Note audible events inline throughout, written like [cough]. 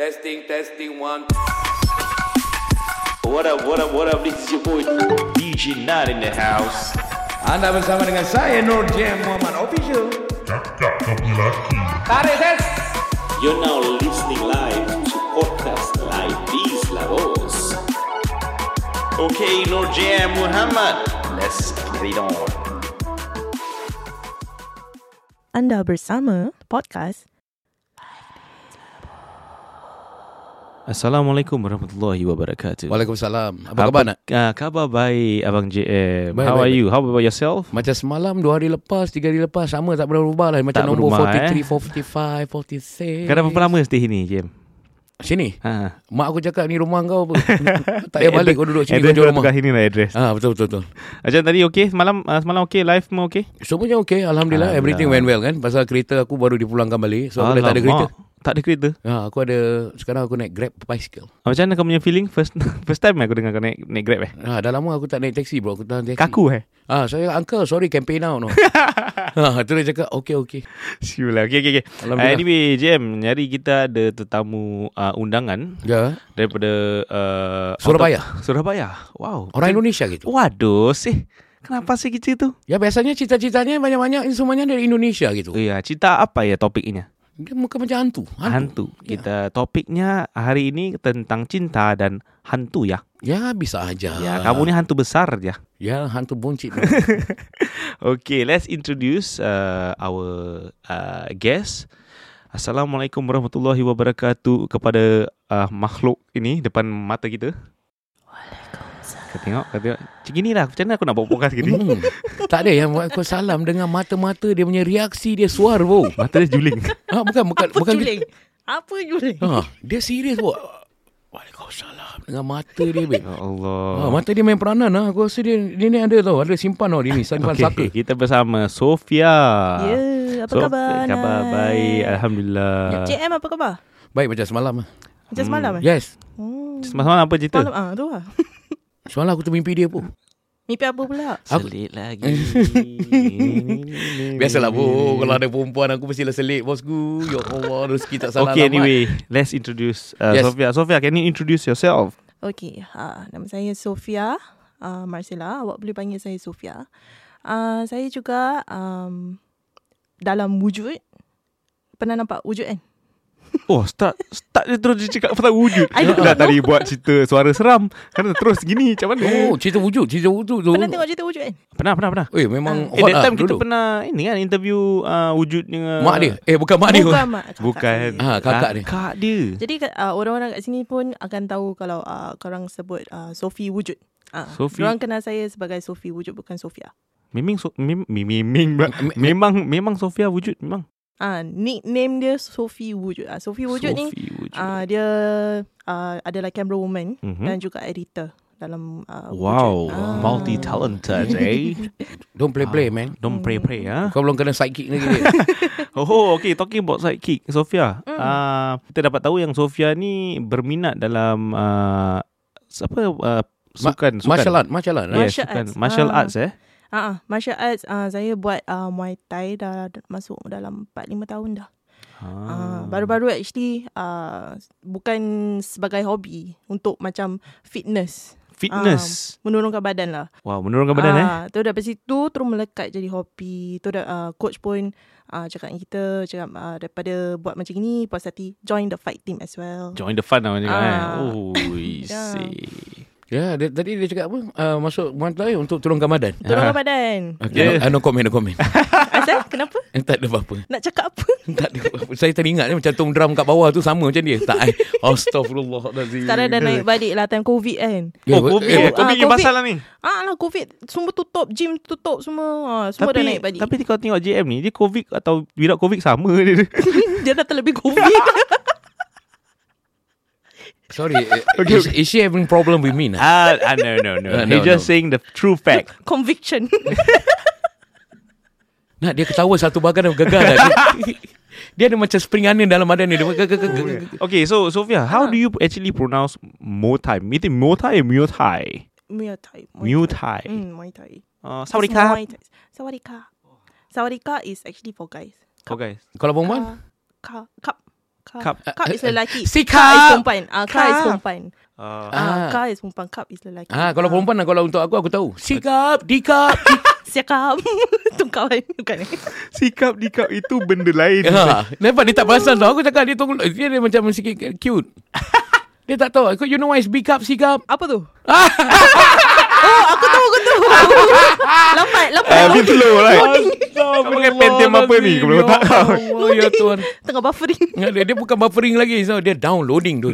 Testing, testing, one. What up, what up, what up? This is your boy DJ Not in the house. Anda bersama dengan saya Nur Jam Muhammad Official. Cakap kau punya laki Tarik test. You're now listening live to podcast like these levels. Okay, Norjan Muhammad, let's put it on. Anda bersama podcast Assalamualaikum warahmatullahi wabarakatuh. Waalaikumsalam. Apa khabar nak? Uh, khabar baik Abang JM. Baik, How baik, are baik. you? How about yourself? Macam semalam, dua hari lepas, tiga hari lepas, sama tak pernah berubah lah. Macam Tak nombor berubah, eh. 43, 45, 46. Kau dah berapa lama stay sini, JM? Sini. Ha. Mak aku cakap ni rumah kau [laughs] apa. tak payah balik kau duduk sini kau address jual kau tukar rumah. sini lah address. Ah betul betul betul. Macam tadi okey, semalam uh, semalam okey, live semua okey? Semuanya okey, alhamdulillah, Alhamdulillah. everything went well kan. Pasal kereta aku baru dipulangkan balik. So aku dah tak ada Alamak, kereta. Tak ada kereta. Ha, aku ada sekarang aku naik Grab bicycle. Ah, Macam mana kau punya feeling first [laughs] first time aku dengar kau naik naik Grab eh? Ha, dah lama aku tak naik taksi bro, aku tak naik taksi. Kaku eh? [laughs] Ah, saya uncle, sorry campaign now no. ha, tu dia cakap okey okey. Siul lah. Okey okey okey. Uh, Alhamdulillah. anyway, JM, hari kita ada tetamu uh, undangan Ya. daripada uh, Surabaya. Surabaya. Wow. Kan- Orang Indonesia gitu. Waduh sih. Kenapa sih gitu tu? Ya biasanya cita-citanya banyak-banyak ni semuanya dari Indonesia gitu. Oh ya, cerita apa ya topiknya? Dia muka macam hantu. Ya. Hantu. Kita topiknya hari ini tentang cinta dan hantu ya. Ya bisa aja. Ya, kamu ni hantu besar ya. Ya hantu buncit. Okay, let's introduce uh, our uh, guest. Assalamualaikum warahmatullahi wabarakatuh kepada uh, makhluk ini depan mata kita. Kau tengok, kau tengok. Macam inilah, macam mana aku nak buat podcast gini? [laughs] hmm. Tak ada yang buat kau salam dengan mata-mata dia punya reaksi dia suar bro. Mata dia juling. Ha, bukan bukan Apa bukan juling? Apa juling? Ha, dia serius bro. Waalaikumsalam dengan mata dia babe. Ya Allah. Ha, Ah, mata dia main peranan lah. Aku rasa dia, dia ni ada tau. Ada simpan tau dia ni. Simpan okay. saka. okay, kita bersama Sofia. Ya, apa Ah, So, khabar? Khabar Nai? baik, ah. Alhamdulillah. JM apa khabar? Baik macam semalam lah. Macam semalam eh? Yes. Oh. Hmm, ya. Semalam apa cerita? Semalam ah, tu lah. [laughs] Semalam aku termimpi dia pun. Mimpi apa pula? Aku- Selit lagi. [laughs] Biasalah [laughs] bro. Kalau ada perempuan aku mestilah selit bosku. Ya Allah rezeki tak salah Okay, alamat. anyway, let's introduce uh, Yes. Sofia. Sofia, can you introduce yourself? Okey, ha, nama saya Sofia uh, Marcella. Awak boleh panggil saya Sofia. Uh, saya juga um, dalam wujud pernah nampak wujud kan? Oh, start start dia terus dia cakap pasal wujud. Dah tadi buat cerita suara seram. Kan terus gini macam mana? Oh, cerita wujud, cerita wujud Oh. tu. Pernah tengok cerita wujud kan? Pernah, pernah, pernah. Eh, memang Eh, hot that lah time kita dulu. pernah ini kan interview uh, wujud dengan Mak dia. Eh, bukan mak dia. Bukan, mak. Kakak Bukan. saya. Ah, kakak dia. Kakak dia. Jadi uh, orang-orang kat sini pun akan tahu kalau uh, korang sebut uh, Sophie Wujud. Uh, Sophie. Orang kenal saya sebagai Sophie Wujud bukan Sofia. Memang so, mem, mem, memang pula. memang memang Sofia wujud memang. Ah uh, nickname dia Sophie Wujud. Uh, Sophie Wujud Sophie. ni Sophie wujud. ah, uh, dia uh, adalah camera woman Mhm. dan juga editor dalam uh, Wow, Wujud. Ah. multi talented eh. Don't play play, man. Don't pray pray ah. Kau belum kena sidekick lagi dia. Oh, okay. Talking about sidekick, Sofia. Mm. Uh, kita dapat tahu yang Sofia ni berminat dalam uh, apa uh, sukan, sukan. Martial art, martial art. eh? Yes, Martial sukan. arts. Martial Ah. arts eh. [laughs] Ah, ah, martial arts uh, saya buat uh, Muay Thai dah d- masuk dalam 4 5 tahun dah. Ah, baru-baru actually uh, bukan sebagai hobi untuk macam fitness, Fitness. menurunkan badan lah. Wah, menurunkan badan eh. ah, Tu dari situ terus melekat jadi hobi. Tu dah uh, coach pun uh, cakap dengan kita cakap uh, daripada buat macam ni puas hati join the fight team as well. Join the fun lah macam kan. Ah. Oh, [laughs] Yeah. see. Ya, dia, tadi dia cakap apa? Uh, masuk Muay Thai untuk turunkan badan. Ah. Turunkan [laughs] badan. Okay, Yeah. yeah. no, no comment, no comment. Asal kenapa? Eh, tak ada apa-apa. Nak cakap apa? Tak ada apa-apa. Saya teringat ni macam tom drum kat bawah tu sama macam dia. Tak. eh. Astaghfirullahalazim. Sekarang dah naik balik lah time COVID kan. Eh, Oh, COVID. eh, Eh, COVID ah, punya COVID. pasal lah ni. Ah lah COVID semua tutup, gym tutup semua. Ah, semua dah tapi, naik balik. tapi kau tengok JM ni, dia COVID atau without COVID sama dia. [laughs] dia dah terlebih COVID. Sorry. eh, is, is she having problem with me? Nah? ah, ah, no, no, no. [laughs] Ah, no, He's just no. saying the true fact. [laughs] [laughs] Conviction. Nak dia ketawa satu bagan dan gagal dah. Dia, [laughs] dia ada macam spring onion dalam badan dia. dia gag- gag- gag- gag- gag- Okay, so Sophia, how Ah. do you actually pronounce Muay Thai? Is it Muay Thai or Muay Thai? Muay Thai. Muay Thai. Mm, Muay Thai. Uh, It's Muay Thai. Sawadika. Sawadika is actually for guys. guys. Uh, Kalau perempuan? Eh, Cup. Cup. Cup. Cup is lelaki. Si Cup is cup. perempuan. Ah, cup is Cup. perempuan. Ah. Ah, cup is perempuan. Cup is lelaki. Ah, kalau perempuan lah, kalau untuk aku aku tahu. Sikap, dikap. Siakap. [laughs] tu kawan. Bukan. Sikap dikap itu benda [laughs] lain. [laughs] Ah, Eh, ya, nampak dia tak perasan tau. Aku cakap dia tunggu dia, dia macam sikit [laughs] cute. dia tak tahu. Aku you know why is big cup, sikap. Apa tu? [laughs] oh, aku tahu, aku [laughs] tahu. lambat, lambat. Eh, Habis tu low lah. Kau Kau pakai penthem apa ni? Kau belum tak tahu. Allah, ya Tuhan. Tengah buffering. Ingat Dia, dia bukan buffering lagi. So, dia downloading [laughs] tu.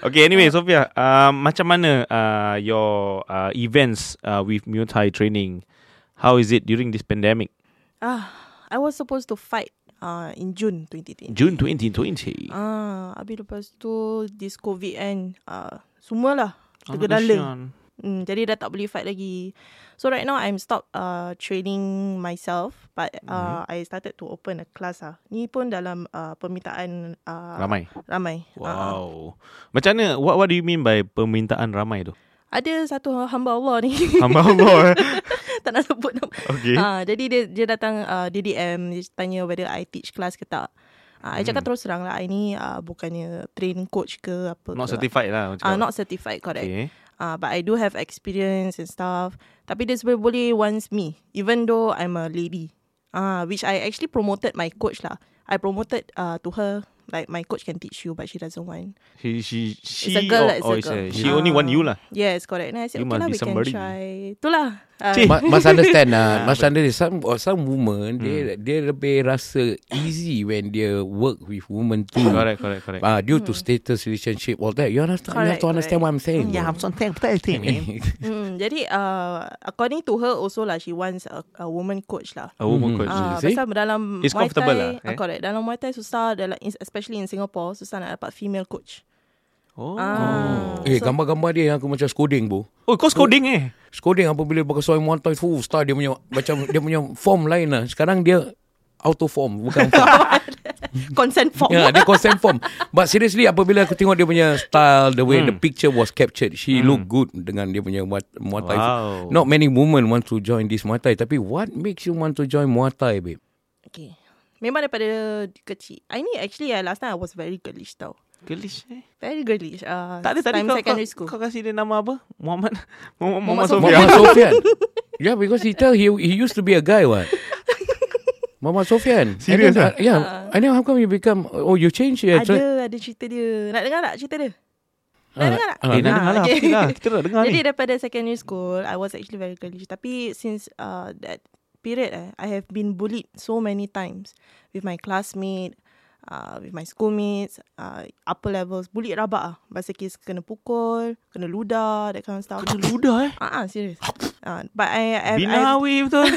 Okay, anyway, Sofia, uh, macam mana uh, your uh, events uh, with Muay Thai training? How is it during this pandemic? Ah, I was supposed to fight uh, in June 2020. June 2020. Ah, habis lepas tu this COVID kan, ah, semualah tergedala. Hmm, jadi dah tak boleh fight lagi. So right now I'm stop uh, training myself but uh, Mhm. I started to open a class ah. Ni pun dalam uh, permintaan uh, Ramai. Ramai. Ah, ah. Wow. Macam mana? What, what do you mean by permintaan ramai [laughs] tu? ada satu hamba Allah ni. Hamba Allah eh. [laughs] tak nak sebut nama. Okay. Ah, jadi dia dia datang uh, dia DM dia tanya whether I teach class ke tak. Ah, I Hmm. cakap terus terang lah I ni uh, bukannya train coach ke apa Not ke. certified lah. Ah, uh, not certified correct. Okay. Uh, but I do have experience and stuff. Tapi dia sebenarnya boleh wants me even though I'm a lady. Ah, uh, which I actually promoted my coach lah. I promoted uh, to her like my coach can teach you but she doesn't want. She, she, she, a girl lah, it's oh, a it's girl. she only want you lah. Yes, correct. And I said, You must okay lah, be we can somebody." try. Itulah. Uh, Cik. Ma- must understand lah. must understand some or some woman dia dia lebih rasa easy when dia work with women too. Correct, correct, correct. Ah, due to status relationship all that. You understand? you have Correct, to understand what I'm saying. I'm something protecting [laughs] Mm, jadi uh, according to her also lah she wants a, a woman coach lah. A woman coach. Ah, see? pasal Hmm, dalam It's Muay comfortable lah, Thai, eh? ah, correct. Dalam Muay Thai susah dalam in- especially in Singapore susah nak dapat [laughs] female coach. [laughs] Oh. Ah. eh, gambar-gambar dia yang aku macam skoding bu. Oh, kau skoding eh? Skoding apabila pakai soy Muay Thai full star dia punya macam dia punya form lain lah. Sekarang dia auto form bukan [laughs] form. Consent form. Ya, yeah, dia consent form. But seriously, apabila aku tengok dia punya style, the way the Hmm. picture was captured, she look good dengan dia punya Muay, Muay Thai. Wow. Not many women want to join this Muay Thai. Tapi what makes you want to join Muay Thai, babe? Okay. Memang daripada kecil. I ni actually uh, last time I was very girlish tau. Girlish eh? Very girlish. Uh, Tak ada tadi time kau, secondary kau, school. kau kasih dia nama apa? Muhammad [laughs] Muhammad, Muhammad Muhammad Sofian. Mama [laughs] Sofian. yeah, because he tell he he used to be a guy, what? Mama Sofian. And Serious then, ah? uh, yeah. and then how come you become? Oh, you change your ada ada cerita dia. Nak dengar tak cerita dia? Nak Ah, dengar tak? Eh, ah, nak [laughs] Ah, dengar lah. okay. pasti lah. Kita nak dengar ni. Jadi daripada secondary school, I was actually very girlish. Tapi since uh, that period, eh, I have been bullied so many times with my classmate, uh, with my schoolmates, uh, upper levels. Bullied rabak ah. Bahasa kes kena pukul, kena ludah, that kind of stuff. Kena Ludah eh. Ah, uh-uh, serious. Uh, but I, I, I, Binawi [laughs] betul.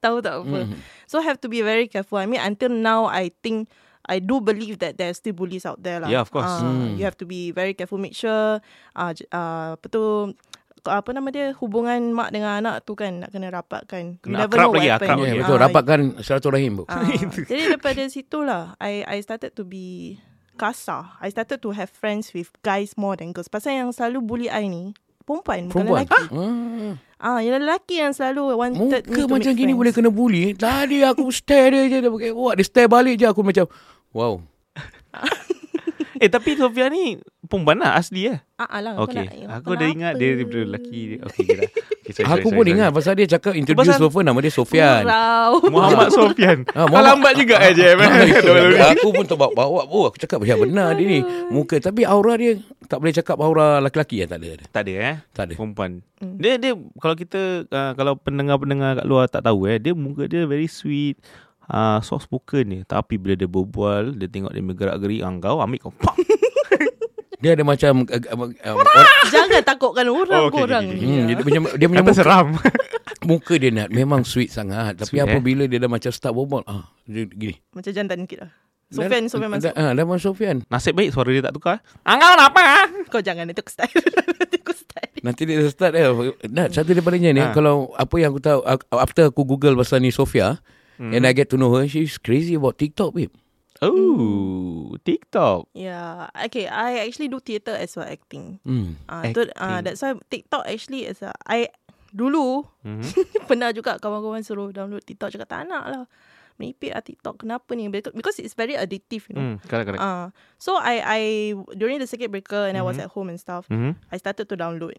tahu tak apa. Mm-hmm. So have to be very careful. I mean until now I think I do believe that there's still bullies out there lah. Yeah, of course. Mm. Uh, You have to be very careful. Make sure uh, j- uh, apa tu apa nama dia hubungan mak dengan anak tu kan nak kena rapatkan. You Kena never akrab know what lagi, happen. akrab Yeah, lagi. betul. Ah, Rapatkan silaturahim, bu. ah. [laughs] jadi daripada situ lah I, I started to be kasar. I started to have friends with guys more than girls. Pasal yang selalu bully I ni perempuan, bukan Perempuan. lelaki. Ah. Ah, yang lelaki yang selalu wanted me Muka to macam make gini friends. boleh kena bully. Tadi aku stare dia je. Dia pakai what? Dia stare balik je. Aku macam, wow. eh, tapi Sofia ni perempuan lah asli eh. Ah, alah, kau Okay. nak- Aku kau dah nak ingat apa? dia daripada lelaki. Okay, kira. Okay, Eh, sorry, Aku sorry, pun sorry, ingat pasal dia cakap introduce pasal- Sofian. Nama dia Sofian. [laughs] Murau. sorry. Muhammad Sofian. Ah, Kau Muhammad- lambat juga eh, JM. [laughs] eh. aku pun terbawa-bawa oh, Aku cakap Ya benar dia ni Muka Tapi aura dia Tak boleh cakap aura lelaki-lelaki ya, Tak ada Tak ada eh. Tak ada. Perempuan. Hmm. Dia dia kalau kita uh, kalau pendengar-pendengar kat luar tak tahu eh, dia muka dia very sweet. Uh, soft spoken ni Tapi bila dia berbual Dia tengok dia bergerak-gerik Angkau ambil kau Pak Dia ada macam uh, uh, uh, or- [laughs] Jangan takutkan Oh, orang oh, okay, okay, korang okay, okay, okay, hmm, dia, okay, punya, dia punya Kata muka, seram [laughs] muka dia nak Memang sweet sangat Tapi Sweet, eh? apabila dia dah macam start berbual ah, dia, Gini Macam jantan sikit lah Sofian, Dah- Sofian dah- masuk ah, Dah masuk Sofian Nasib baik suara dia tak tukar Angkau kenapa ah? Kau jangan, nanti aku style [laughs] Nanti aku style Nanti dia start eh. Nah, satu daripadanya ni Ha. kalau apa yang aku tahu aku- after aku google pasal ni Sofia Hmm. and I get to know her she's crazy about TikTok babe. Oh TikTok Yeah, Ya, okay, I actually do theatre as well acting Hmm. Ah, tu, ah, That's why TikTok actually is a, Mhm. [laughs] I Dulu Pernah juga kawan-kawan suruh download TikTok Cakap tak nak lah meripik lah TikTok kenapa ni Beca- because it's very addictive you Hmm, know correct, correct. Uh, so I I during the circuit breaker and I was at home and stuff, Mhm. I started to download.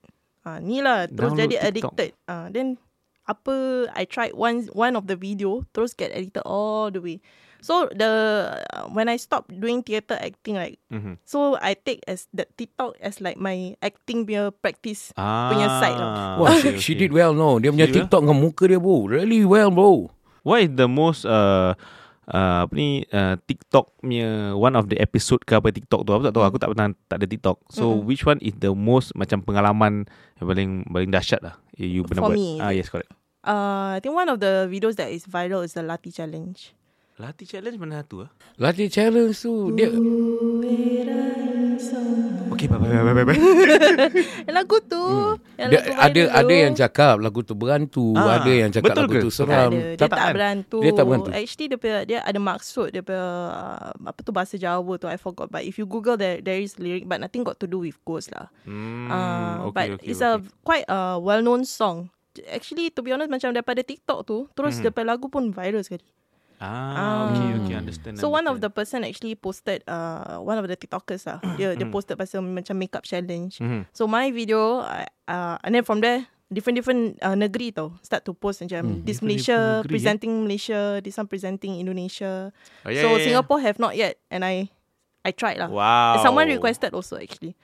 Ah uh, ni lah terus Download jadi TikTok. addicted. Ah uh, then apa I tried one one of the video terus get addicted all the way. So the uh, when I stop doing theater acting like Mhm. so I take as the TikTok as like my acting punya practice Ah, punya side lah. Wah, okay, she, she okay. did well no. Dia punya She did well? TikTok dengan muka dia bro. Really well bro. What is the most uh, uh, apa ni uh, TikTok punya one of the episode ke apa TikTok tu aku tak tahu aku tak pernah tak ada TikTok. So mm-hmm. which one is the most macam pengalaman yang paling paling dahsyat lah you you pernah For buat? me, is ah it? yes correct. Uh, I think one of the videos that is viral is the Lati challenge. Lati challenge mana satu ah? Lati challenge Hmm, tu dia Okay bye bye bye bye. bye. Yang lagu tu yang Hmm. Dia, lagu ada viral ada tu. yang cakap lagu tu berantu, Ah, ada yang cakap betul lagu ke? tu seram. ada. Dia tak, kan? berantu. Dia tak berantu. Actually dia punya, dia ada maksud dia punya, uh, apa tu bahasa Jawa tu I forgot but if you google there there is lyric but nothing got to do with ghost lah. Hmm, Uh, okay, but okay, it's okay. a quite a well known song. Actually to be honest macam daripada TikTok tu terus hmm. dia punya lagu pun viral sekali. Ah, okay, okay, understand. um, So one of understand. the person actually posted uh one of the TikTokers lah. Dia Hmm. dia posted pasal macam makeup challenge. Mhm. So my video uh, uh and then from there different different uh, negeri tau start to post macam this Malaysia negeri, eh? presenting Malaysia, this one presenting Indonesia. Oh, yeah, yeah, so yeah. Singapore have not yet and I I tried lah. Wow. Someone requested also actually.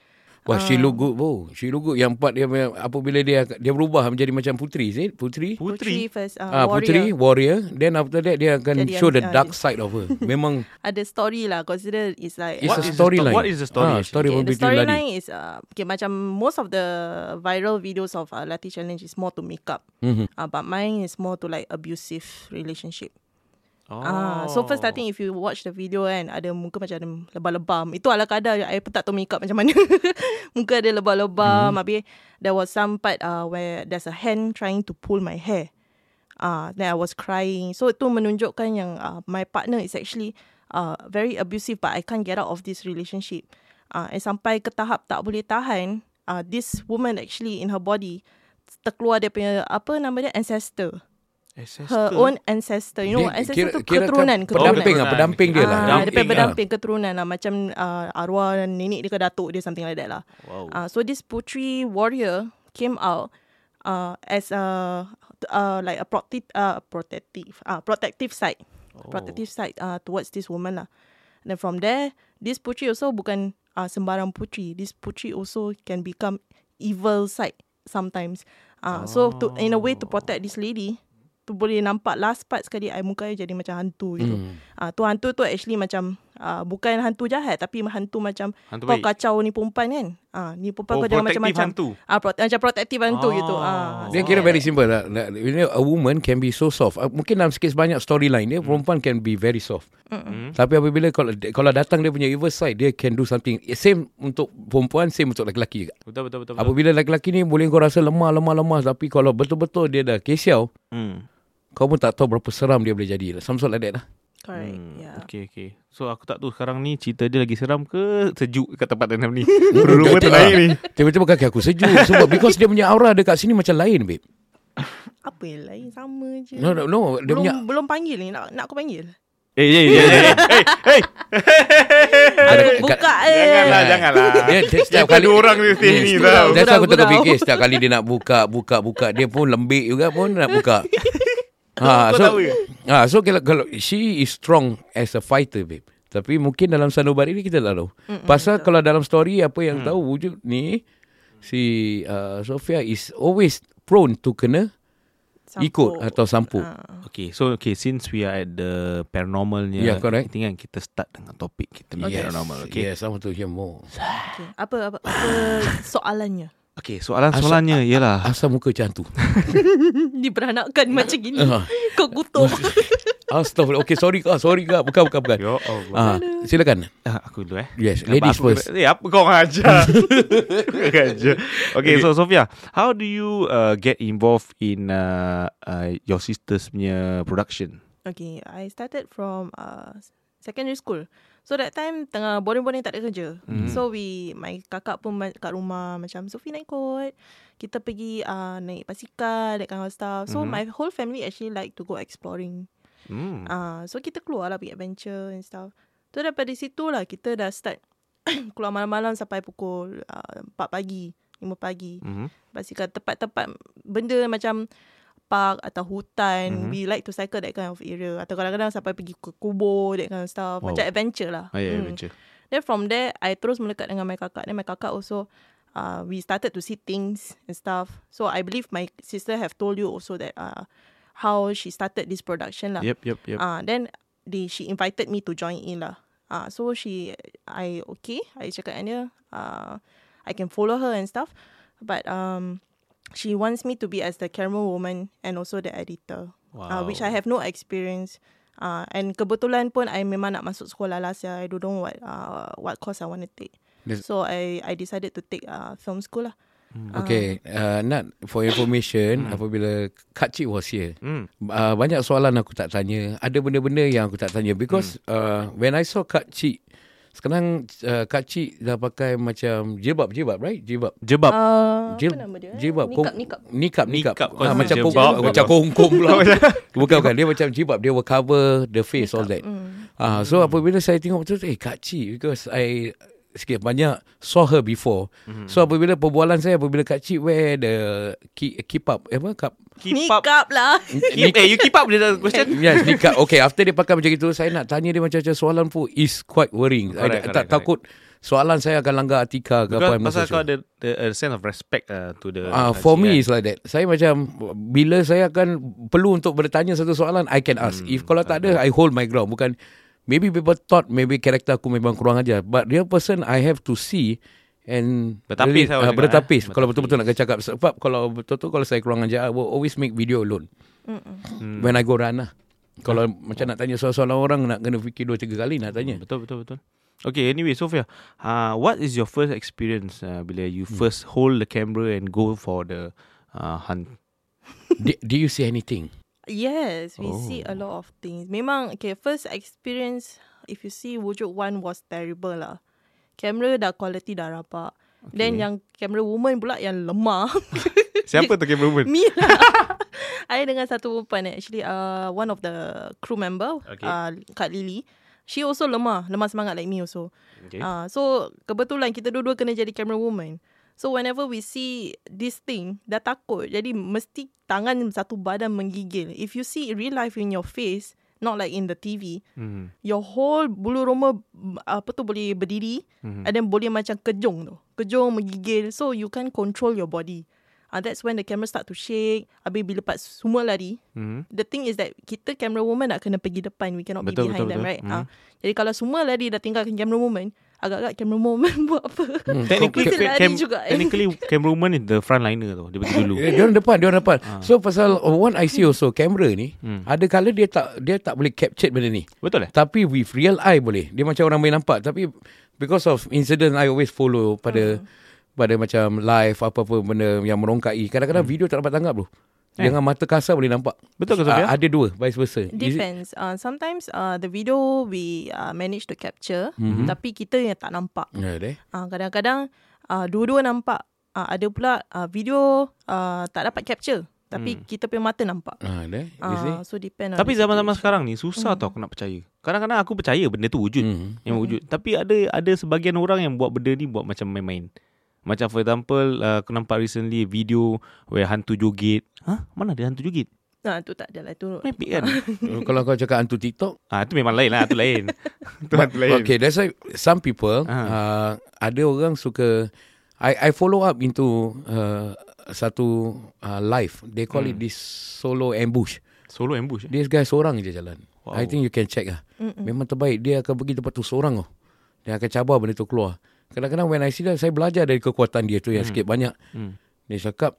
Wah, ah. she look good bro. She look good. Yang part dia punya- apabila dia dia berubah menjadi macam putri, is it? Putri? Putri. first uh, Ah, Putri warrior. warrior. Then after that dia akan Jadi show the yang- dark side [laughs] of her. Memang Ada story lah consider is like it's What a is the sto- storyline. what is the story Ah, actually? story Okay, the Bobby Jun Ladi. storyline is uh, okay, macam most of the viral videos of uh, Lati Challenge is more to makeup. Mhm. Uh, but mine is more to like abusive relationship. Oh. Ah, so first I think if you watch the video kan ada muka macam ada lebam-lebam. Itu ala kadar je, I pun tak tahu makeup macam mana. [laughs] muka ada lebam-lebam. Mm. Habis there was some part uh, where there's a hand trying to pull my hair. Ah, uh, then I was crying. So itu menunjukkan yang uh, my partner is actually uh, very abusive but I can't get out of this relationship. Ah, uh, and sampai ke tahap tak boleh tahan, uh, this woman actually in her body terkeluar dia punya apa nama dia ancestor. Her own ancestor. You know, Dia ancestor tu kira- keturunan, kira- Pendamping keturunan. lah, pendamping dia lah. Ah, dia punya Pendamping, pendamping keturunan lah macam uh, arwah nenek dia ke datuk dia something like that lah. Wow. Uh, so this putri warrior came out uh, as a uh, like a protective uh, protective uh, protective side. Protective side uh, towards this woman lah. And then from there this putri also bukan uh, sembarang putri. This putri also can become evil side sometimes. Uh, so to in a way to protect this lady tu boleh nampak last part sekali I muka dia jadi macam hantu gitu. Hmm. Mm. Uh, tu hantu tu actually macam uh, bukan hantu jahat tapi hantu macam Hantu kau baik. kacau ni perempan kan. Ah uh, ni Oh, perempan kau jangan protective macam-macam. hantu. Ah uh, pro- macam protective hantu Oh. gitu. Ah. Dia kira very simple lah. Like, You know, a woman can be so soft. Uh, Mungkin dalam sikit sebanyak storyline Hmm. dia, perempuan can be very soft. Hmm. Tapi apabila kalau kalau datang dia punya evil side, dia can do something. Same untuk perempuan, same untuk lelaki juga. Betul betul betul. betul. Apabila lelaki ni boleh kau rasa lemah, lemah, lemah. Tapi kalau betul-betul dia dah kesiau, Hmm. kau pun tak tahu berapa seram dia boleh jadi. Some sort like that lah. Correct. ya. Yeah. Okay, okay. Ah. So aku tak tahu sekarang ni cerita dia lagi seram ke sejuk kat tempat tanam ni. [laughs] Rumah terlain ni. Tiba-tiba kaki aku sejuk sebab because dia punya aura dekat sini macam lain, babe. Apa yang lain sama je. No, no, no. Dia belum punya belum panggil ni nak nak aku panggil. Eh, eh, eh, eh, eh, eh. Ada- Eh, Buka Janganlah, eh. janganlah. Dia, dia setiap Kita kali dua orang ni stay ni tau. That's why aku tengah Gurau-gurau. fikir Setiap kali dia nak buka Buka buka Dia pun lembik juga pun Nak [laughs] buka Kau ha, so, tahu ke? ha, so kalau, kalau She is strong As a fighter babe Tapi mungkin dalam sanubari ni Kita tak tahu Pasal kalau dalam story Apa yang Hmm. tahu wujud ni Si uh, Sofia is always Prone to kena Sampuk. Ikut atau sampuk Okay, so okay, since we are at the paranormalnya, Yeah, correct. Tinggal kita start dengan topik kita okay. paranormal. Okay, Yes I want to hear more Okay. Apa apa, apa soalannya? [laughs] okay. Soalan-soalannya ialah Asal muka macam tu Diberanakkan macam gini. Ah. Kau [laughs] kutuk. Astaghfirullah Okay sorry kak Sorry kak Bukan bukan bukan Ya Allah. Ah, silakan Ah, aku dulu eh. Yes, Kenapa ladies aku first. kena- Eh, apa kau [laughs] ajar? ajar. Okay, so Sofia, how do you uh, get involved in uh, uh, your sister's punya production? Okay, I started from uh, secondary school. So that time tengah boring-boring tak ada kerja. Mm. So we my kakak pun ma- kat rumah macam Sophie naik kot. Kita pergi uh, naik basikal that kind of stuff. So mm. my whole family actually like to go exploring. Hmm. Ah, so kita keluar lah pergi adventure and stuff. Tu daripada situ lah kita dah start [coughs] keluar malam-malam sampai pukul uh, 4 pagi, 5 pagi. Mhm. Basikal tempat-tempat benda macam park atau hutan. Mhm. Mm-hmm. We like to cycle that kind of area. Atau kadang-kadang sampai pergi ke kubur, that kind of stuff. Wow. Macam adventure lah. Ah, yeah, Hmm. adventure. Then from there, I terus melekat dengan my kakak. Then my kakak also, uh, we started to see things and stuff. So I believe my sister have told you also that uh, how she started this production lah. Yep, yep, yep. Ah, then they, she invited me to join in lah. Ah, so she, I okay. I cakap dengan dia, uh, I can follow her and stuff. But um, she wants me to be as the camera woman and also the editor. Uh, which I have no experience. Uh, and kebetulan pun I memang nak masuk sekolah last year. I don't know what uh, what course I want to take. Yes. So I I decided to take uh, film school lah. Okay, uh, Nat, for your information, apabila Kak Cik was here, Hmm. uh, banyak soalan aku tak tanya. Ada benda-benda yang aku tak tanya. Because uh, when I saw Kak Cik, sekarang uh, Kak Cik dah pakai macam jilbab-jilbab, right? Jilbab. Jebab. Uh, Jil- apa nama dia? eh? Jilbab. Nikab, nikab. Nikap, nikap. Nikab, kau Ah, sebut macam jilbab. kongkong, Jilbab. macam kongkong [laughs] pula. bukan, bukan. Dia macam jilbab. Dia will cover the face, all that. Hmm. Ah, so apabila saya tengok betul, eh Kak Cik, because I sikit banyak saw her before. Hmm. So apabila perbualan saya, apabila Kak Cik wear the keep, keep up, eh, apa? Cup, Keep up. Nikab lah. [laughs] Keep, eh, you keep up with the question. Yes, nikah. Okay, after dia pakai macam itu, saya nak tanya dia macam-macam soalan pun is quite worrying. Correct, Correct, I, correct, tak correct. takut soalan saya akan langgar Atika ke Because apa. I'm not pasal so kau sure. ada the, a sense of respect uh, to the Ah, Haji for kan? me is like that. Saya macam bila saya akan perlu untuk bertanya satu soalan, I can ask. If Hmm, kalau tak ada, I hold my ground. Bukan maybe people thought maybe karakter aku memang kurang aja, but real person I have to see and Bertapis really, lah ah, orang cakap, bertapis. eh. Kalau betul-betul nak cakap sebab kalau betul-betul kalau saya kurang aja, I will always make video alone. Hmm. When I go ranah. Kalau macam nak tanya soalan-soalan orang nak kena fikir dua tiga kali nak tanya. Betul betul betul. Okay, anyway, Sofia, uh, what is your first experience uh, bila you hmm. first hold the camera and go for the uh, hunt? do, do you see anything? Yes, we see a lot of things. Memang, okay, first experience, if you see wujud one was terrible lah. Camera dah quality dah rapat. Okay. Then yang camera woman pula yang [laughs] lemah. Siapa tu cameraman? Me lah. [laughs] I dengan satu perempuan eh, actually, uh, one of the crew member, Okay. okay. uh, Kak Lily. She also lemah, lemah semangat like me also. Okay. Ah, so kebetulan kita dua-dua kena jadi camera woman. So whenever we see this thing, dah takut. Jadi mesti tangan satu badan menggigil. If you see real life in your face, not like in the TV, Hmm. your whole bulu roma mm, apa tu boleh berdiri mm-hmm. and then boleh macam kejung tu. Kejung menggigil. So you can't control your body. Ah, that's when the camera start to shake. Habis bila part semua lari, [laughs] Hmm. the thing is that kita camera woman nak kena pergi depan we cannot Betul, be behind betul, them betul. right Hmm. Ah, jadi kalau semua lari dah tinggalkan camera woman agak-agak camera woman [laughs] buat apa Hmm. Technically, Kita lari cam, [laughs] juga, eh. technically cameraman is the frontliner tu. Dia pergi [laughs] dulu. Eh, dia orang depan, dia orang depan. Ah. So pasal one I see also kamera ni, Hmm. ada kala dia tak dia tak boleh capture benda ni. Betul eh? Tapi with real eye boleh. Dia macam orang main nampak tapi because of incident I always follow pada pada macam live apa-apa benda yang merongkai. Kadang-kadang video tak dapat tangkap bro. Dengan mata kasar boleh nampak. Hmm. Eh. Betul ke, Ah, Sofia? ada dua vice versa. Is it- depends uh, sometimes uh, the video we uh, manage to capture mm-hmm. tapi kita yang tak nampak Ya, deh. uh, kadang-kadang uh, dua-dua nampak uh, ada pula uh, video uh, tak dapat capture tapi kita punya mata nampak Ah, deh. Is it? uh, so depend on Hmm. Tapi the zaman-zaman situation. sekarang ni susah tau aku nak percaya. Kadang-kadang aku percaya benda tu wujud. Hmm. [laughs] Memang wujud. Tapi ada ada sebahagian orang yang buat benda ni buat macam main-main. Macam for example, uh, aku nampak recently video where hantu joget. Hah? Mana ada hantu joget? ah tu tak adalah tu Merepek kan? Kalau kau cakap hantu TikTok, ah, tu memang lain lah. Tu lain. tu hantu lain. Okay, that's why some people Ah. uh, ada orang suka I I follow up into uh, satu uh, live. They call Hmm. it this solo ambush. [laughs] Solo ambush. eh? This guy seorang je jalan. Wow. I think you can check lah. Memang terbaik dia akan pergi tempat tu seorang oh. Dia akan cabar benda tu keluar. Kadang-kadang when I see that saya belajar dari kekuatan dia tu Mm. yang sikit banyak. Dia cakap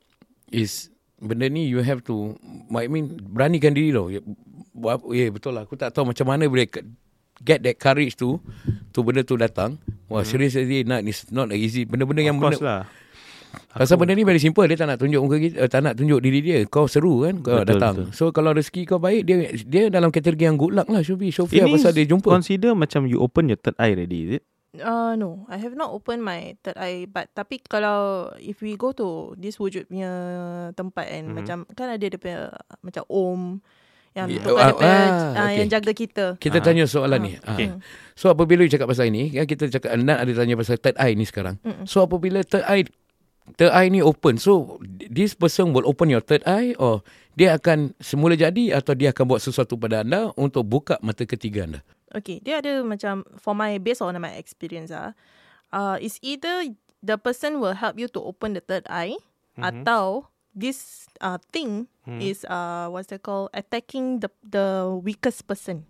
is benda ni you have to I mean beranikan diri tau. Ya, buat apa- Ya betul lah aku tak tahu macam mana boleh ke- get that courage tu tu benda tu datang. Wah seriously not it's not easy. Benda-benda yang Mm. Of course lah. benda, Pasal benda ni very simple Dia tak nak tunjuk muka kita eh, Tak nak tunjuk diri dia Kau seru kan Kau Betul, betul, datang betul. betul. So kalau rezeki kau baik Dia dia dalam kategori yang good luck lah Syofi Sofia Ini pasal dia jumpa consider macam you open your third eye already, is it? Uh, no, I have not opened my third eye but tapi kalau if we go Mhm. to this wujud punya tempat and mm-hmm. macam kan ada dia punya uh, macam om Yang Ya, tukar ah, Oh, dia punya, ah, ah, okey. yang jaga kita. Ah. Kita tanya soalan ni. Ah. Okay. So apabila you cakap pasal ini, kan kita cakap Nan ada tanya pasal third eye ni sekarang. So apabila third eye third eye ni open, so this person will open your third eye or dia akan semula jadi atau dia akan buat sesuatu pada anda untuk buka mata ketiga anda. Okay, dia ada macam for my based on my experience ah, uh, is either the person will help you to open the third eye mm-hmm. Mhm. atau this uh, thing Hmm. mm. is uh, what's that called attacking the the weakest person.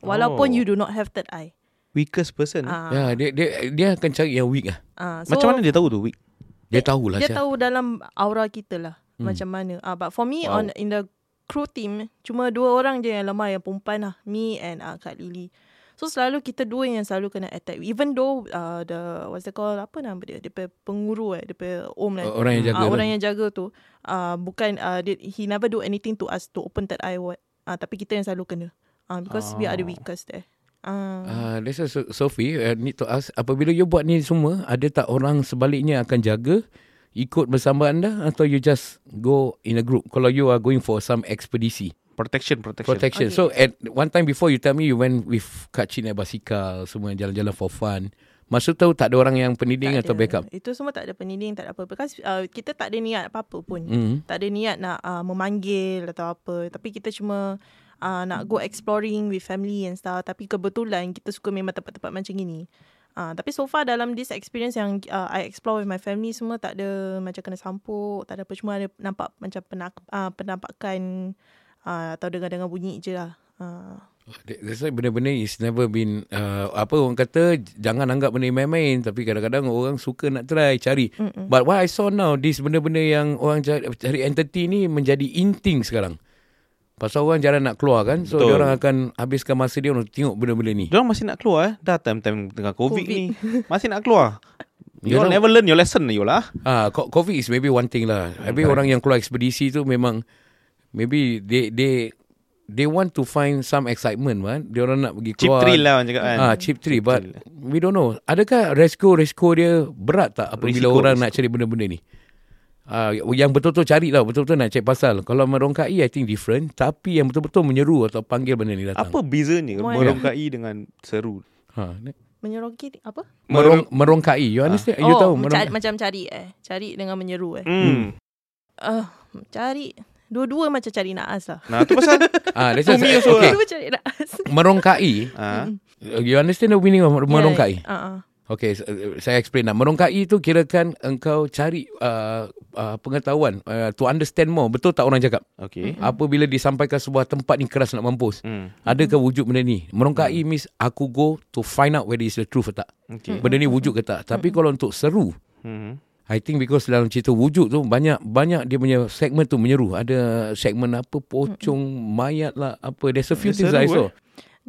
Walaupun Oh. oh. you do not have third eye. Weakest person. Ah. Ha. Ya, dia dia dia akan cari yang weak ah. Uh, so Macam mana dia tahu tu weak? Dia tahulah Dia Syah. tahu dalam aura kita lah hmm. macam mana. Ah, but for me wow. on in the crew team cuma dua orang je yang lemah yang perempuan lah. Me and uh, Kak Lily. So selalu kita dua yang selalu kena attack. Even though uh, the what's that called apa nama dia? Dia punya penguru eh, dia punya om lah. Orang yang jaga Ah, tu. orang yang jaga tu. Uh, bukan uh, dia, he never do anything to us to open that eye what. Uh, tapi kita yang selalu kena. Uh, because we are the weakest there. Uh, Ah, uh, that's so, Sophie, I need to ask apabila you buat ni semua, ada tak orang sebaliknya akan jaga ikut bersama anda atau you just go in a group kalau you are going for some expedisi Protection, protection. protection. Okay. So at one time before you tell me you went with Kak Chin naik basikal, semua jalan-jalan for fun. Maksud tahu tak ada orang yang tak pendiding atau ada. backup. Itu semua tak ada pendiding, tak ada apa-apa. Because uh, kita tak ada niat apa-apa pun. Hmm. Mm. Tak ada niat nak uh, memanggil atau apa. Tapi kita cuma uh, nak go exploring with family and stuff. Tapi kebetulan kita suka memang tempat-tempat macam gini. Uh, tapi so far dalam this experience yang uh, I explore with my family semua tak ada macam kena sampuk, tak ada apa. Cuma ada nampak macam penak, uh, penampakan uh, atau dengar-dengar bunyi je lah. Uh, That's why benda-benda is never been uh, apa orang kata jangan anggap benda main-main tapi kadang-kadang orang suka nak try cari. Mm-mm. But what I saw now this benda-benda yang orang cari, cari entity ni menjadi inting sekarang. Pasal orang jarang nak keluar kan. So Betul. Betul. orang akan habiskan masa dia untuk tengok benda-benda ni. Diorang masih nak keluar eh. Dah time-time tengah COVID, COVID. Covid. ni. [laughs] Masih nak keluar. You all Diorang- never learn your lesson you lah. Ah, co- COVID is maybe one thing lah. Maybe orang yang keluar ekspedisi tu memang maybe they they they want to find some excitement man. Dia orang nak pergi Cheap keluar. thrill lah orang cakap kan. Ah, cheap thrill but we don't know. Adakah resiko-resiko dia berat tak apabila Risiko, orang risiko. nak cari benda-benda ni? Ah, yang betul-betul cari lah Betul-betul nak cek pasal Kalau merongkai I think different Tapi yang betul-betul menyeru Atau panggil benda ni datang Apa bezanya Why? merongkai dengan seru? ha, ni- menyorongki apa? merong, Ah. Merongkai You understand Eh, You Oh, tahu macam, merongkai macam cari eh. Cari dengan menyeru eh. Hmm. uh, cari dua-dua macam cari naas lah. Nah, tu pasal [laughs] ah, that's just, Bumi also lah. okay. Dua-dua cari naas. Merongkai ah, Hmm. You understand the meaning of Ya, merongkai uh-uh. Okay, s- uh, saya explain lah. Merongkai itu kirakan engkau cari uh, uh, pengetahuan uh, to understand more. Betul tak orang cakap? okay. Apabila disampaikan sebuah tempat ni keras nak mampus. Hmm. Adakah wujud benda ni? Merongkai means aku go to find out whether it's the truth atau tak. Okay. Benda ni wujud ke tak. Tapi kalau untuk seru, Hmm. I think because dalam cerita wujud tu banyak banyak dia punya segmen tu menyeru. Ada segmen apa pocong, mayat lah apa. There's a few Dia things Hmm. I seru, saw. eh.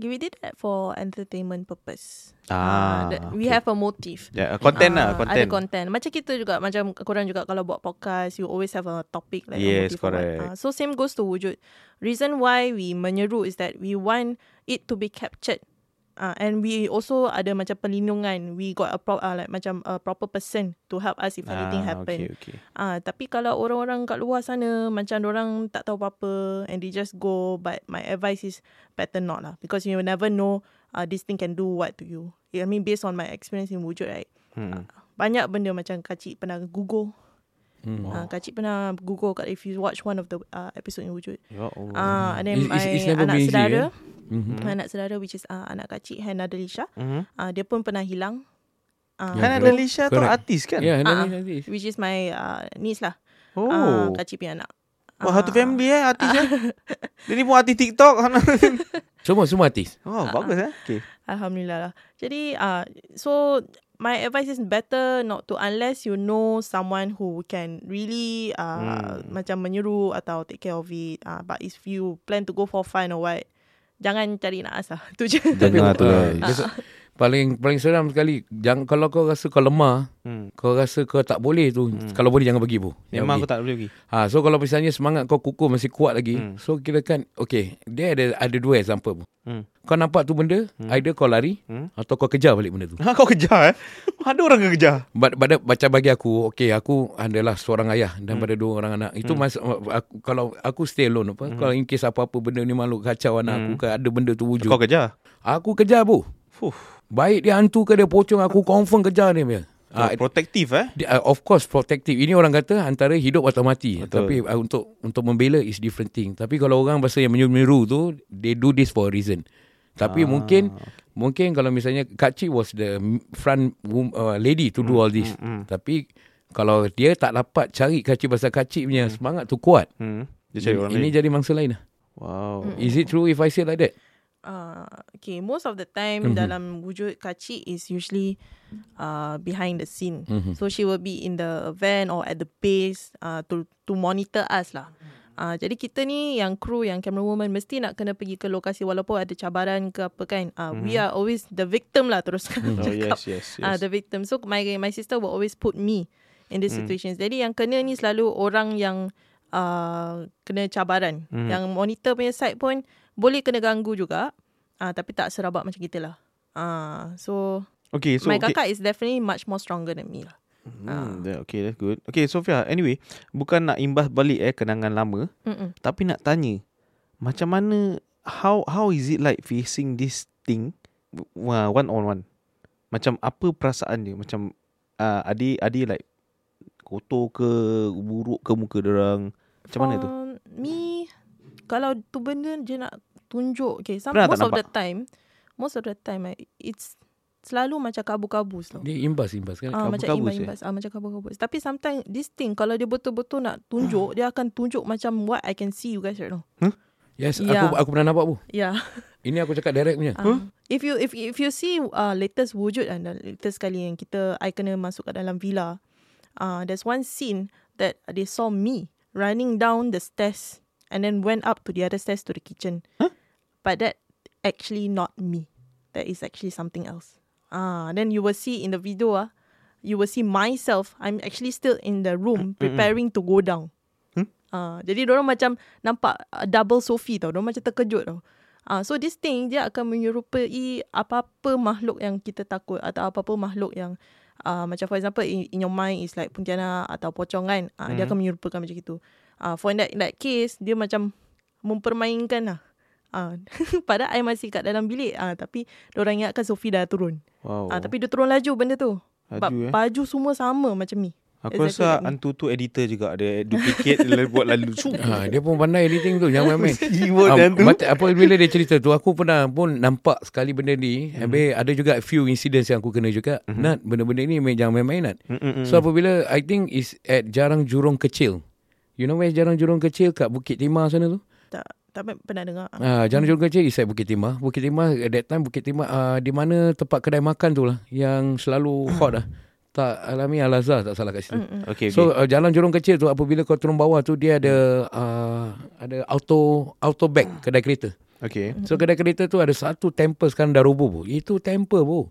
We did that for entertainment purpose. Ah, that we have a motive. Ya, content lah, Ah, content. Ada content. Macam kita juga, macam korang juga kalau buat podcast, you always have a topic like a Yes, motive or what. correct. Ah, so same goes to wujud. Reason why we menyeru is that we want it to be captured. Uh, and we also ada macam perlindungan. We got a pro- uh, like macam a proper person to help us if anything Ah, happen. okay, okay. Ah, tapi kalau orang-orang kat luar sana macam orang tak tahu apa-apa and they just go but my advice is better not lah because you will never know uh, this thing can do what to you. I mean based on my experience in wujud right. Hmm. banyak benda macam kacik pernah gugur. Hmm. Uh, kacik pernah gugur kat if you watch one of the uh, episode in wujud. Ya Allah. Ah, and then It's- it's- it's my never anak been easy, saudara, eh? Hmm. mm-hmm. anak saudara which is uh, anak kacik Hannah Delisha, Mhm. mm-hmm. uh, dia pun pernah hilang. Uh, Kan Ya, ada Lisha tu Correct. artis kan? Ya, yeah, Ah, uh which is my uh, niece lah. Oh. Uh, kacik punya anak. Wah, ah. satu family eh artis [laughs] eh. Dia ni pun artis TikTok. [laughs] semua semua artis. oh, Ah. bagus eh. Okay. Alhamdulillah lah. Jadi, uh, so my advice is better not to unless you know someone who can really uh, macam menyuruh atau take care of it. Uh, but if you plan to go for fun or what, jangan cari naas lah. [laughs] Itu je. Tapi, Dengar tu ah, guys. that's- Paling paling seram sekali jangan, Kalau kau rasa kau lemah Hmm. hmm. Kau rasa kau tak boleh tu hmm. Kalau boleh jangan pergi bu Memang aku tak boleh pergi. [laughs] Ha, so kalau misalnya semangat kau kukuh masih kuat lagi. Hmm. So kira kan, okay, dia ada ada dua example. Bu. Hmm. Kau nampak tu benda, hmm. either kau lari hmm. atau kau kejar balik benda tu. Ha, kau kejar eh? Ada orang yang kejar. But, but, baca bagi aku, okay, aku adalah seorang ayah dan pada dua orang anak. Itu hmm. mas, aku, kalau aku stay alone, apa, hmm. kalau in case apa-apa benda ni malu kacau anak hmm. aku, ke ada benda tu wujud. Kau kejar. Aku kejar bu. Fuh. Baik dia hantu ke dia pocong, aku confirm kejar dia. punya. Ah, Ah, protektif eh. Dia, uh, of course protective. Ini orang kata antara hidup atau mati. Betul. Betul. Tapi uh, untuk untuk membela is different thing. Tapi kalau orang bahasa yang menyuruh tu they do this for a reason. Ah, Tapi mungkin mungkin kalau misalnya Kachi was the front wom- uh, lady to do Mm, all this. Tapi kalau dia tak dapat cari Kachi pasal Kachi punya semangat tu kuat. Hmm. Mm. Dia cari orang ini lain. jadi mangsa lain lah. Wow. Hmm. Is it true if I say like that? uh, okay, most of the Mhm. time mm-hmm. dalam wujud kaci is usually uh, behind the scene. Mhm. Mm-hmm. So she will be in the van or at the base uh, to to monitor us lah. Uh, jadi kita ni yang kru yang camera woman mesti nak kena pergi ke lokasi walaupun ada cabaran ke apa kan. Uh, mm-hmm. We are always the victim lah terus Mhm. kena Oh, [laughs] cakap. yes, yes, yes. Uh, the victim. So my my sister will always put me in these Hmm. situations. Jadi yang kena ni selalu orang yang uh, kena cabaran. Hmm. Yang monitor punya side pun boleh kena ganggu juga. Uh, tapi tak serabak macam kita lah. Uh, so, Okay, Eh, so so, my okay. kakak is definitely much more stronger than me lah. Hmm, that- okay, that's good. Okay, Sofia, anyway, bukan nak imbas balik eh kenangan lama, Mm-mm. tapi nak tanya, macam mana how how is it like facing this thing w- uh, one on one? Macam apa perasaan dia? Macam uh, adi adi like kotor ke buruk ke muka orang? Macam mana tu? For Um, Me, kalau tu benda je nak tunjuk. Okay, some, Pernah tak most of nampak? the time, most of the time, eh, it's selalu macam kabu-kabu selalu. Dia imbas-imbas kan? Ah, macam kabus, imbas imbas ah, macam kabus-kabus. Tapi sometimes this thing kalau dia betul-betul nak tunjuk, dia akan tunjuk macam what I can see you guys right now. Yes, Ya. aku aku pernah nampak bu. Yeah. Ini aku cakap direct punya. Huh? Ah. If you if if you see uh, latest wujud and uh, latest kali yang kita I kena masuk kat dalam villa. Uh, there's one scene that they saw me running down the stairs and then went up to the other stairs to the kitchen. But that actually not me. That is actually something else. Ah, then you will see in the video ah, you will see myself. I'm actually still in the room preparing to go down. Ah, jadi orang macam nampak ah, double Sophie tau. Orang macam terkejut tau. Ah, so this thing dia akan menyerupai apa-apa makhluk yang kita takut atau apa-apa makhluk yang ah, macam for example in, in your mind is like Pontianak atau pocong kan. Ah, Dia Hmm. akan menyerupakan macam itu. Ah, for in that, in that case dia macam mempermainkan lah. Ah, [laughs] padahal I masih kat dalam bilik ah, Tapi Diorang ingatkan Sophie dah turun Wow. ah, Tapi dia turun laju benda tu Sebab Oh. Laju, eh. Baju semua sama macam ni Aku rasa like me. hantu tu editor juga dia duplicate dia [laughs] buat lalu. Ha, dia pun pandai editing tu [laughs] [laughs] Jangan main-main Keyboard Ah, dan tu. mata- apa Bila dia cerita tu Aku pernah pun nampak sekali benda Mhm. ni Habis ada juga few incidents yang aku kena juga Nat benda-benda ni main, jangan main-main Nat Mhm, So apabila I think is at Jarang Jurong Kecil You know where Jarang Jurong Kecil Kat Bukit Timah sana tu Tak tak pernah dengar Eh. ah. Mhm. Ah, Jalan Jurong Kecil is at Bukit Timah. Bukit Timah at that time Bukit Timah ah, di mana tempat kedai makan tu lah yang selalu hot [coughs] lah. Tak alami Al Azhar tak salah kat situ. Okay, Hmm. So uh, Jalan Jurong Kecil tu apabila kau turun bawah tu dia ada uh, ada auto auto bag kedai kereta. Okay. So kedai kereta tu ada satu temple sekarang dah roboh bu. Itu temple bu.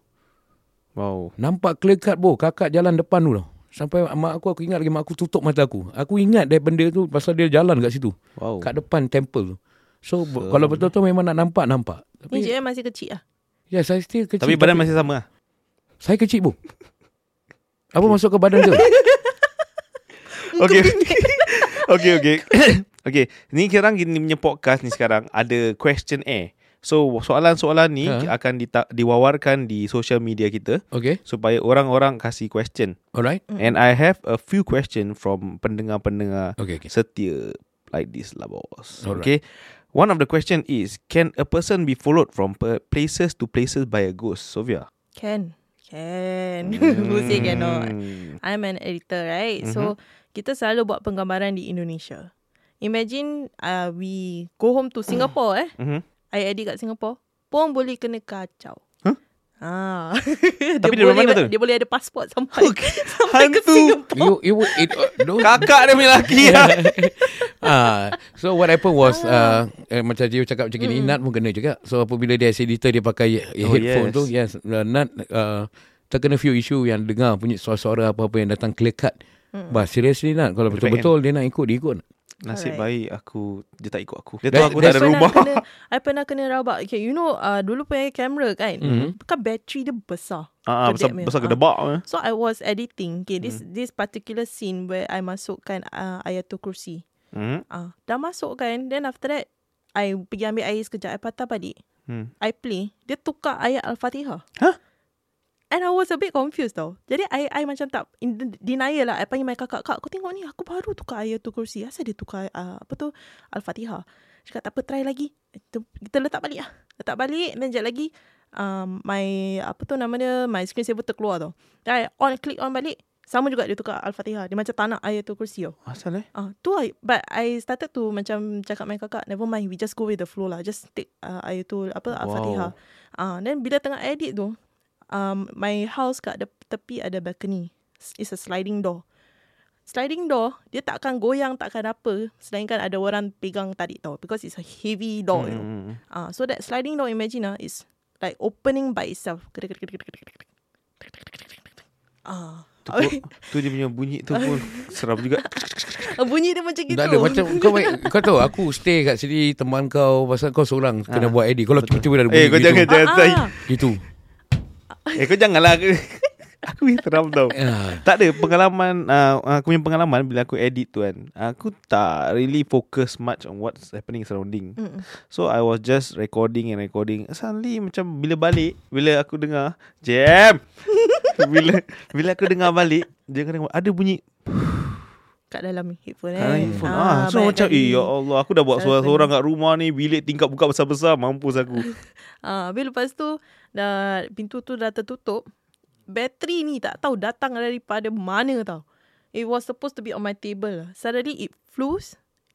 Wow. Nampak clear cut bu. Kakak jalan depan tu tau. Sampai mak aku aku ingat lagi mak aku tutup mata aku. Aku ingat dia benda tu pasal dia jalan kat situ. Wow. Kat depan temple tu. So, so kalau betul tu memang nak nampak nampak. Ni Tapi je masih kecil ah. ya saya still kecil. Tapi badan masih sama lah. saya kecil bu. Apa masuk ke badan [laughs] tu? Okay Okay okay [coughs] Okay Ni sekarang Ni punya podcast ni sekarang Ada question air So soalan-soalan ni Ha. Akan dita- diwawarkan Di social media kita Okay. Supaya orang-orang Kasih question Alright. And I have a few question From pendengar-pendengar Okay, okay. Setia Like this lah boss Alright. Okay One of the question is Can a person be followed From per- places to places By a ghost Sofia [laughs] Can. Can. [laughs] Hmm. Who say cannot? Hmm. I'm an editor, right? So Mm-hmm. kita selalu buat penggambaran di Indonesia. Imagine uh, we go home to Singapore eh. Mhm. I edit kat Singapore. Pun boleh kena kacau. Huh? [laughs] Ah. Tapi dari dia boleh, mana tu? Oh, Dia boleh ada pasport sampai [laughs] sampai Hantu. ke Singapore. You, you, would- it, uh, those, Kakak dia punya laki [laughs] lah. Ah, so what happened was uh, eh, macam dia cakap macam gini, Nat pun kena juga. So apabila dia as editor dia pakai eh, Oh, headphone yes. tu, yes, uh, Nat uh, terkena few issue yang dengar punya suara-suara apa-apa yang datang clear cut. Bah, seriously Nat, kalau Dia baik, betul-betul dia nak ikut, dia ikut. Nasib Alright. baik aku dia tak ikut aku. Dia That- tahu aku tak that's ada pernah rumah. Kena, I pernah kena rabak. Okay, you know uh, dulu punya kamera kan, mm-hmm. kan bateri dia besar. Ah, ah, besar Kedek punya. besar Ah. gedebak. eh. So I was editing. Okay, this Mm-hmm. this particular scene where I masukkan uh, ayatul kursi. Hmm. Ah, dah masukkan, then after that I pergi ambil air sekejap, I patah balik. Hmm. I play, dia tukar ayat Al-Fatihah. Huh? And I was a bit confused tau. Jadi I I macam tak in the denial lah. I panggil my kakak, "Kak, aku tengok ni aku baru tukar ayat tu kursi. Asal dia tukar uh, apa tu Al-Fatihah?" Cakap tak apa try lagi. Kita, kita letak balik lah. Letak balik dan jap lagi um, my apa tu nama dia my screensaver terkeluar tau. Then I on click on balik sama juga dia tukar Al-Fatihah. Dia macam tak nak ayat tu kursi tau. Asal eh? Ah, tu I, but I started to macam cakap dengan kakak, never mind, we just go with the flow lah. Just take uh, air tu, apa, wow. Al-Fatihah. Ah, then bila tengah edit tu, um, my house kat dep- tepi ada balcony. S- It's a sliding door. Sliding door, dia tak akan goyang, tak akan apa. Selainkan ada orang pegang tarik tau. Because it's a heavy door, Hmm, you know. Ah, Hmm. so that sliding door, imagine ah, is like opening by itself. Ah, Tu, [laughs] tu dia punya bunyi tu pun seram juga. bunyi dia macam gitu. Tak ada macam kau baik, kau tahu aku stay kat sini teman kau pasal kau seorang kena buat edit. Kalau tiba-tiba ada Ah. bunyi Eh kau gitu. jangan jangan Ah, tai. ah. gitu. Eh kau janganlah aku [laughs] aku ni seram tau. Ah. tak ada pengalaman uh, aku punya pengalaman bila aku edit tu kan. Aku tak really focus much on what's happening surrounding. Mm. So I was just recording and recording. Suddenly macam bila balik, bila aku dengar, jam. [laughs] bila bila aku dengar balik, dia kena ada bunyi kat dalam headphone eh. Sekarang handphone ah, So baik macam tadi. Eh ya Allah Aku dah buat Saya seorang-seorang kat rumah ni Bilik tingkap buka besar-besar Mampus aku [laughs] ah, Habis lepas tu dah, Pintu tu dah tertutup Bateri ni tak tahu Datang daripada mana tau It was supposed to be on my table lah. Suddenly it flew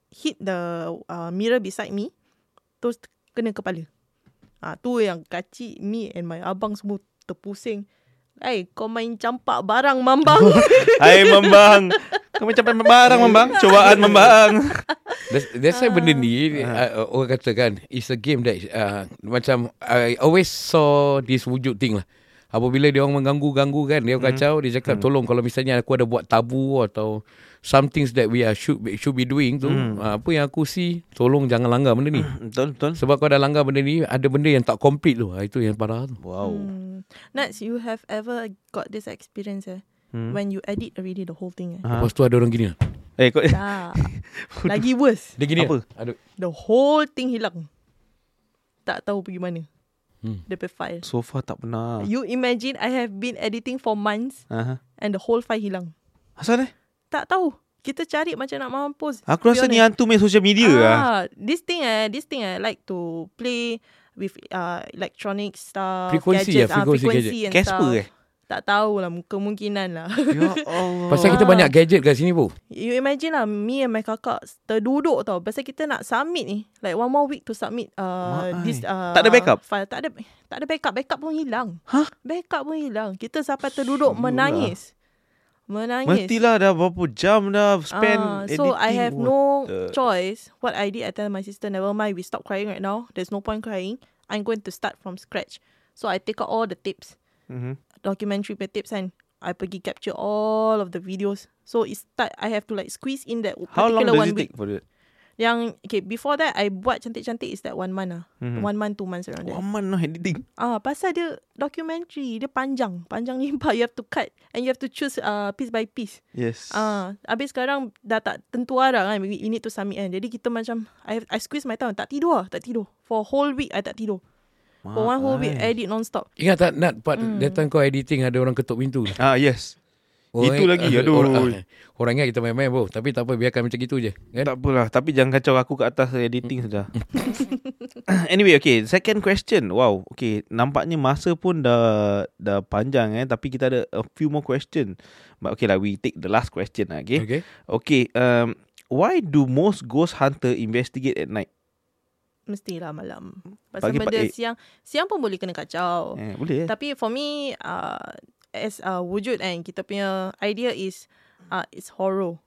Hit the uh, mirror beside me Terus kena kepala ah, Tu yang kacik Me and my abang semua terpusing Eh kau main campak barang [laughs] mambang Hmm. Hai Mambang Kau macam main barang Mambang Cobaan Mambang That's, that's why benda ni uh, orang kata kan it's a game that uh, macam I always saw this wujud thing lah. Apabila dia orang mengganggu-ganggu kan dia orang kacau dia cakap tolong kalau misalnya aku ada buat tabu atau some things that we are should be, should be doing tu uh, apa yang aku see tolong jangan langgar benda ni. [laughs] Betul betul Sebab kau dah langgar benda ni ada benda yang tak complete tu. Ah, Itu yang parah tu. Wow Nats you have ever got this experience eh Hmm. When you edit already the whole thing eh Lepas tu ada orang gini lah. Eh kau Tak Lagi worse Dia gini Apa? lah. Ada The whole thing hilang. Tak tahu pergi mana. Hmm. The file. So far tak pernah You imagine I have been editing for months Aha. and the whole file hilang. Asal eh Tak tahu. Kita cari macam nak mampus. Aku rasa ni hantu main social media lah ah, This thing eh, this thing I like to play with uh, electronic stuff. Frequency gadgets, eh, ah, frequency frequency and Casper [laughs] stuff. eh? Tak tahulah, kemungkinan lah. [laughs] Ya Allah Pasal kita banyak gadget kat sini pun. You imagine lah Me and my kakak Terduduk tau Pasal kita nak submit ni Like one more week to submit uh, Mak this ai. uh, Tak ada backup? file. Tak ada Tak ada backup Backup pun hilang huh? Backup pun hilang Kita sampai terduduk Menangis lah. Menangis Mestilah dah berapa jam dah Spend Ah, editing so I have no the- choice. What I did, I tell my sister, never mind. We stop crying right now. There's no point crying. I'm going to start from scratch. So I take out all the tapes, Mhm. documentary punya tapes, and I pergi capture all of the videos. So it start. I have to like squeeze in that How long particular does one it week. take for that Yang okay before that, I buat cantik-cantik is that one month ah, Mm-hmm. one month two months around there. One month no editing Ah, pasal dia documentary dia panjang, panjang [laughs] limpah. You have to cut and you have to choose uh, piece by piece. Yes Ah, habis sekarang dah tak tentu arah kan we, we need to submit kan. Jadi kita macam I have, I squeeze my time tak tidur lah, tak tidur. For a whole week I tak tidur. For Ah, one whole week I edit non-stop. Ingat tak Nat part mm. datang kau editing ada orang ketuk pintu. Ah yes Itu [laughs] lagi, aduh. Orang, orang ingat kita main-main pun Tapi tak apa biarkan macam gitu je kan? Tak apalah Tapi jangan kacau aku kat atas editing sudah Anyway okay Second question Wow Okay Nampaknya masa pun dah Dah panjang eh Tapi kita ada A few more question But okay lah We take the last question lah okay Okay, Okay. okay um, Why do most ghost hunter Investigate at night Mestilah malam Pasal Pagi, Pagi, benda pagi. siang Siang pun boleh kena kacau Eh, boleh eh. Tapi for me uh, As uh, wujud kan Kita punya idea is uh, It's horror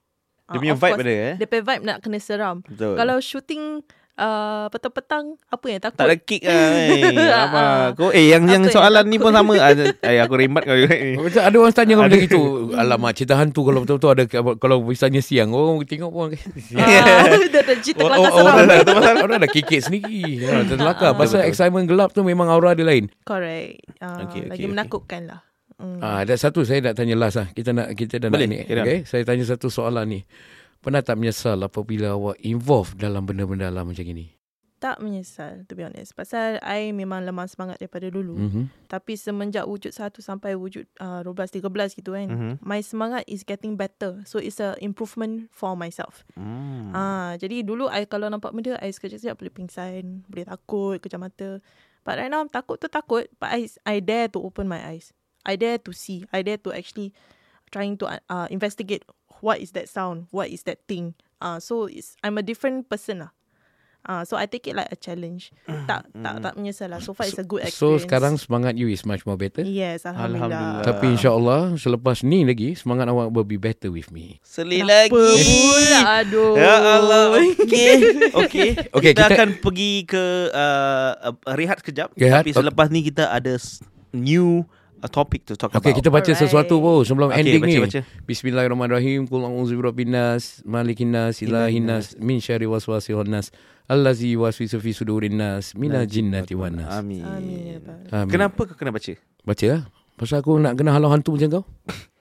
Dia Ah, punya of vibe course, ada, eh? Dia punya vibe nak kena seram Betul. Kalau shooting uh, Petang-petang Apa yang takut Tak [laughs] ada kick lah eh. Lama Ah. aku. Eh yang yang Aku- soalan ni aku- pun sama. Ah, Eh aku rembat [laughs] kau. Eh, Macam ada orang [laughs] tanya kau Ada. macam itu. Alamak, cerita hantu kalau betul-betul ada kalau misalnya siang orang tengok pun siang. uh, Dia [laughs] dah cerita Oh, oh, kelakar Ah, oh, seram dah- [laughs] Orang dah- orang dah kikik sendiri. Ha, terlakar. Pasal excitement gelap tu memang aura dia lain. Correct Okay, uh, okay, okay, Lagi okay. menakutkan lah mm. Ah, ada satu saya nak tanya last lah. Kita nak kita dah Hmm. Boleh, nak ni. Iran. Okay? Saya tanya satu soalan ni. Pernah tak menyesal apabila awak involve dalam benda-benda alam macam ini? Tak menyesal To be honest Pasal I memang lemah semangat Daripada dulu Hmm. Mm-hmm. Tapi semenjak wujud 1 sampai wujud uh, 12, 13 gitu kan Mhm. mm-hmm. My semangat is getting better So it's a improvement for myself Hmm. Hmm. mm. uh, Jadi dulu I kalau nampak benda I sekejap-sekejap boleh pingsan Boleh takut, kejam mata But right now takut tu takut But I, I dare to open my eyes I dare to see I dare to actually Trying to uh, investigate What is that sound What is that thing uh, So it's, I'm a different person lah Uh, so I take it like a challenge. tak tak tak menyesal lah. So far it's a good Hmm, So experience. sekarang semangat you is much more better. Yes, Alhamdulillah. Alhamdulillah. Tapi insyaAllah selepas ni lagi semangat awak will be better with me. Selit Apa pula, aduh. Ya Allah. [laughs] Okey. Okey. Oh. Okey, kita, kita- akan pergi ke uh, uh, rehat sekejap. Rehat, Tapi ok. selepas ni kita ada s- new uh, topic to talk Okay, about. kita baca Alright. sesuatu pun sebelum Okey, ending baca, ni. baca. Bismillahirrahmanirrahim. Qul a'udzu birabbil nas, malikin nas, ilahin nas, min syarri waswasil nas, allazi yuwaswisu fi sudurin nas, minal jinnati wan nas. Amin. Amin. ya Rabbal. Amin. Kenapa kau kena baca? Baca lah. Pasal aku nak kena halau hantu macam kau.